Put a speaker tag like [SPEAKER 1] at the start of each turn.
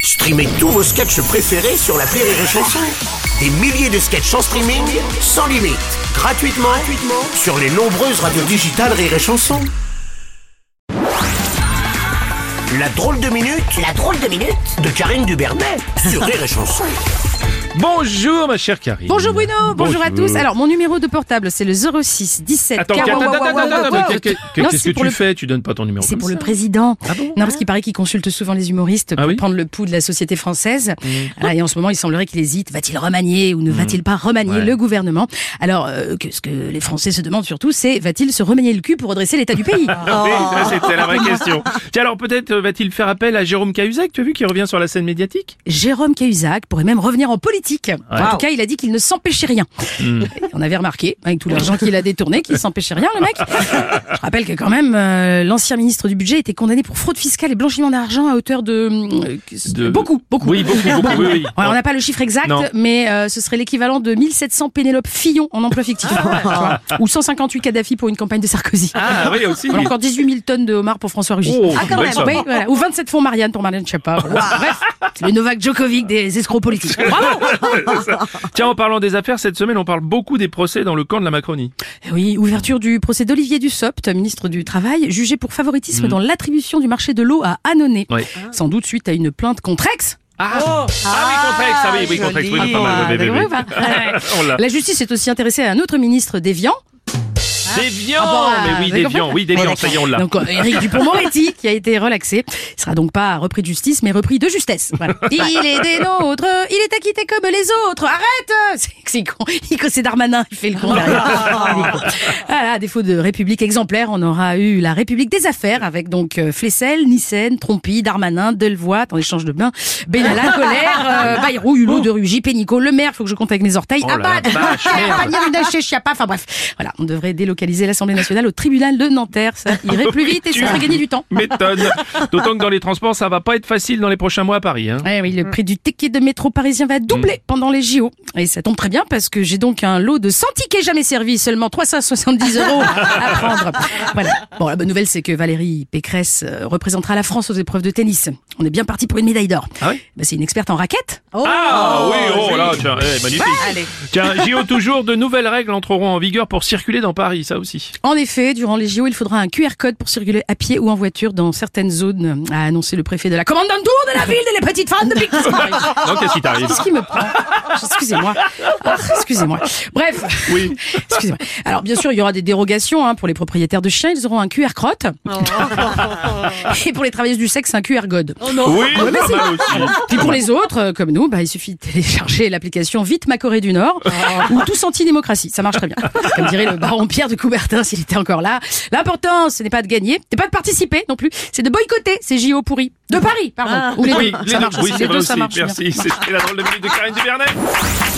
[SPEAKER 1] Streamez tous vos sketchs préférés sur la Rire et Chanson. Des milliers de sketchs en streaming, sans limite, gratuitement, gratuitement sur les nombreuses radios digitales Rire et Chanson. La drôle de minute, la drôle de minute de Karine Dubernet sur Rire et Chanson.
[SPEAKER 2] Bonjour ma chère Karine.
[SPEAKER 3] Bonjour Bruno, bonjour, à tous. Alors mon numéro de portable c'est le 06 17
[SPEAKER 2] Attends,
[SPEAKER 3] 40.
[SPEAKER 2] attends, attends, attends, attends,
[SPEAKER 3] Wow, wow,
[SPEAKER 2] mais qu'est-
[SPEAKER 3] wow.
[SPEAKER 2] qu'est-
[SPEAKER 3] Non,
[SPEAKER 2] qu'est-ce
[SPEAKER 3] c'est
[SPEAKER 2] que
[SPEAKER 3] pour
[SPEAKER 2] tu
[SPEAKER 3] le-
[SPEAKER 2] fais Tu donnes pas ton numéro.
[SPEAKER 3] C'est
[SPEAKER 2] comme
[SPEAKER 3] pour
[SPEAKER 2] ça
[SPEAKER 3] le président.
[SPEAKER 2] Ah bon
[SPEAKER 3] non, parce qu'il paraît qu'il consulte souvent les humoristes
[SPEAKER 2] Ah
[SPEAKER 3] pour
[SPEAKER 2] oui Mmh.
[SPEAKER 3] prendre le pouls de la société française. Ah, et en ce moment, il semblerait qu'il hésite. Va-t-il remanier ou ne va-t-il pas remanier
[SPEAKER 2] Ouais.
[SPEAKER 3] le gouvernement Alors, euh, que ce que les Français se demandent surtout, c'est va-t-il se remanier le cul pour redresser l'état du pays
[SPEAKER 2] Ah oui, ça c'était la vraie question. Tiens, alors peut-être euh, va-t-il faire appel à Jérôme Cahuzac, tu as vu, qui revient sur la scène médiatique
[SPEAKER 3] Jérôme Cahuzac pourrait même revenir en politique. En tout cas, il a dit qu'il ne s'empêchait rien.
[SPEAKER 2] Hmm.
[SPEAKER 3] On avait remarqué, avec tout l'argent qu'il a détourné, qu'il s'empêchait rien, le mec. Je rappelle que quand même, euh, l'ancien ministre du budget était condamné pour fraude fiscale et blanchiment d'argent à hauteur de, euh,
[SPEAKER 2] De-
[SPEAKER 3] beaucoup, beaucoup.
[SPEAKER 2] Oui, beaucoup, beaucoup, oui, oui.
[SPEAKER 3] Ouais, on n'a pas le chiffre exact,
[SPEAKER 2] Non.
[SPEAKER 3] mais euh, ce serait l'équivalent de 1700 Pénélope Fillon en emploi fictif. Tu vois. Ou 158 Kadhafi pour une campagne de Sarkozy.
[SPEAKER 2] Ah oui, aussi.
[SPEAKER 3] Ou encore 18 000 tonnes de homards pour François Rugy.
[SPEAKER 2] Oh, Ah, quand belle même. somme.
[SPEAKER 3] Oui, voilà. Ou 27 fonds Marianne pour Marianne Schiappa. Bref, c'est le Novak Djokovic des escrocs politiques. Bravo
[SPEAKER 2] Tiens, en parlant des affaires, cette semaine on parle beaucoup des procès dans le camp de la Macronie.
[SPEAKER 3] Eh Oui, ouverture du procès d'Olivier Dussopt, ministre du Travail, jugé pour favoritisme dans l'attribution du marché de l'eau à Annonay.
[SPEAKER 2] Mm.
[SPEAKER 3] Ah.
[SPEAKER 2] Oui.
[SPEAKER 3] Sans doute suite à une plainte contre Aix. Ah,
[SPEAKER 2] Ah, oui, contre Aix, ah oui, oui, contre Aix, oui, oui, pas mal, oui, oui, oui. Oh
[SPEAKER 3] D'accord, ou pas bah, Ouais.
[SPEAKER 2] On l'a.
[SPEAKER 3] La justice est aussi intéressée à un autre ministre déviant.
[SPEAKER 2] Déviant,
[SPEAKER 3] Ah bon,
[SPEAKER 2] Oh, mais oui,
[SPEAKER 3] vous avez
[SPEAKER 2] déviant,
[SPEAKER 3] compris
[SPEAKER 2] oui, déviant, ça y est, on l'a.
[SPEAKER 3] Donc euh, Éric Dupond-Moretti qui a été relaxé. Il sera donc pas repris de justice, mais repris de justesse. Voilà. Il est des nôtres, il est acquitté comme les autres. Arrête C'est- C'est con. Il c'est Darmanin, il fait le con derrière. Il est con. Voilà, à défaut de République exemplaire, on aura eu la République des affaires avec donc euh, Flessel, Nissen, Trompi, Darmanin, Delevoye, en échange de bains, Benalla, Colère, euh, Bayrou, Hulot, De Rugy, Pénicaud, Le Maire, faut que je compte avec mes orteils.
[SPEAKER 2] Oh
[SPEAKER 3] Ah
[SPEAKER 2] la
[SPEAKER 3] bah,
[SPEAKER 2] vache,
[SPEAKER 3] Ah,
[SPEAKER 2] merde.
[SPEAKER 3] Ragnel Rudaché, Schiappa, enfin bref. Voilà, on devrait délocaliser l'Assemblée nationale au tribunal de Nanterre. Ça irait plus vite et ça ferait gagner du temps.
[SPEAKER 2] M'étonne. D'autant que dans les transports, ça va pas être facile dans les prochains mois à Paris. Hein.
[SPEAKER 3] Ouais, Eh oui, le prix du ticket de métro parisien va doubler pendant les JO. Et ça tombe très bien parce que j'ai donc un lot de 100 tickets jamais servis, seulement 370 euros à prendre. Voilà. Bon, la bonne nouvelle, c'est que Valérie Pécresse euh, représentera la France aux épreuves de tennis. On est bien parti pour une médaille d'or.
[SPEAKER 2] Ah oui
[SPEAKER 3] Bah, c'est une experte en raquette.
[SPEAKER 2] Ah oui, oh là, tiens, eh, magnifique.
[SPEAKER 3] Allez.
[SPEAKER 2] Tiens, JO toujours, de nouvelles règles entreront en vigueur pour circuler dans Paris, ça aussi.
[SPEAKER 3] En effet, durant les JO, il faudra un QR code pour circuler à pied ou en voiture dans certaines zones, a annoncé le préfet de la commandante tour de la ville et les petites fans de Big
[SPEAKER 2] Donc, qu'est-ce qui t'arrive
[SPEAKER 3] Qu'est-ce qui me prend Excusez-moi. Ah, Excusez-moi. Bref.
[SPEAKER 2] Oui.
[SPEAKER 3] Excusez-moi. Alors bien sûr, il y aura des dérogations hein, pour les propriétaires de chiens. Ils auront un QR crotte. Et pour les travailleuses du sexe, un QR god.
[SPEAKER 2] Oui, pas mal aussi.
[SPEAKER 3] Puis pour les autres, euh, comme nous, bah, il suffit de télécharger l'application Vite ma Corée du Nord
[SPEAKER 2] Oh.
[SPEAKER 3] ou Tous anti-démocratie. Ça marche très bien. Comme dirait le baron Pierre de Coubertin s'il était encore là. L'important, ce n'est pas de gagner, c'est pas de participer non plus, c'est de boycotter ces JO pourris. De Paris, pardon. Ou les
[SPEAKER 2] Ah. Oui,
[SPEAKER 3] deux.
[SPEAKER 2] les
[SPEAKER 3] Ça
[SPEAKER 2] deux.
[SPEAKER 3] marche
[SPEAKER 2] oui
[SPEAKER 3] aussi.
[SPEAKER 2] c'est
[SPEAKER 3] Les
[SPEAKER 2] vrai
[SPEAKER 3] deux, ça
[SPEAKER 2] aussi.
[SPEAKER 3] marche bien.
[SPEAKER 2] Merci. C'était la drôle de minute de Karine Duvernet.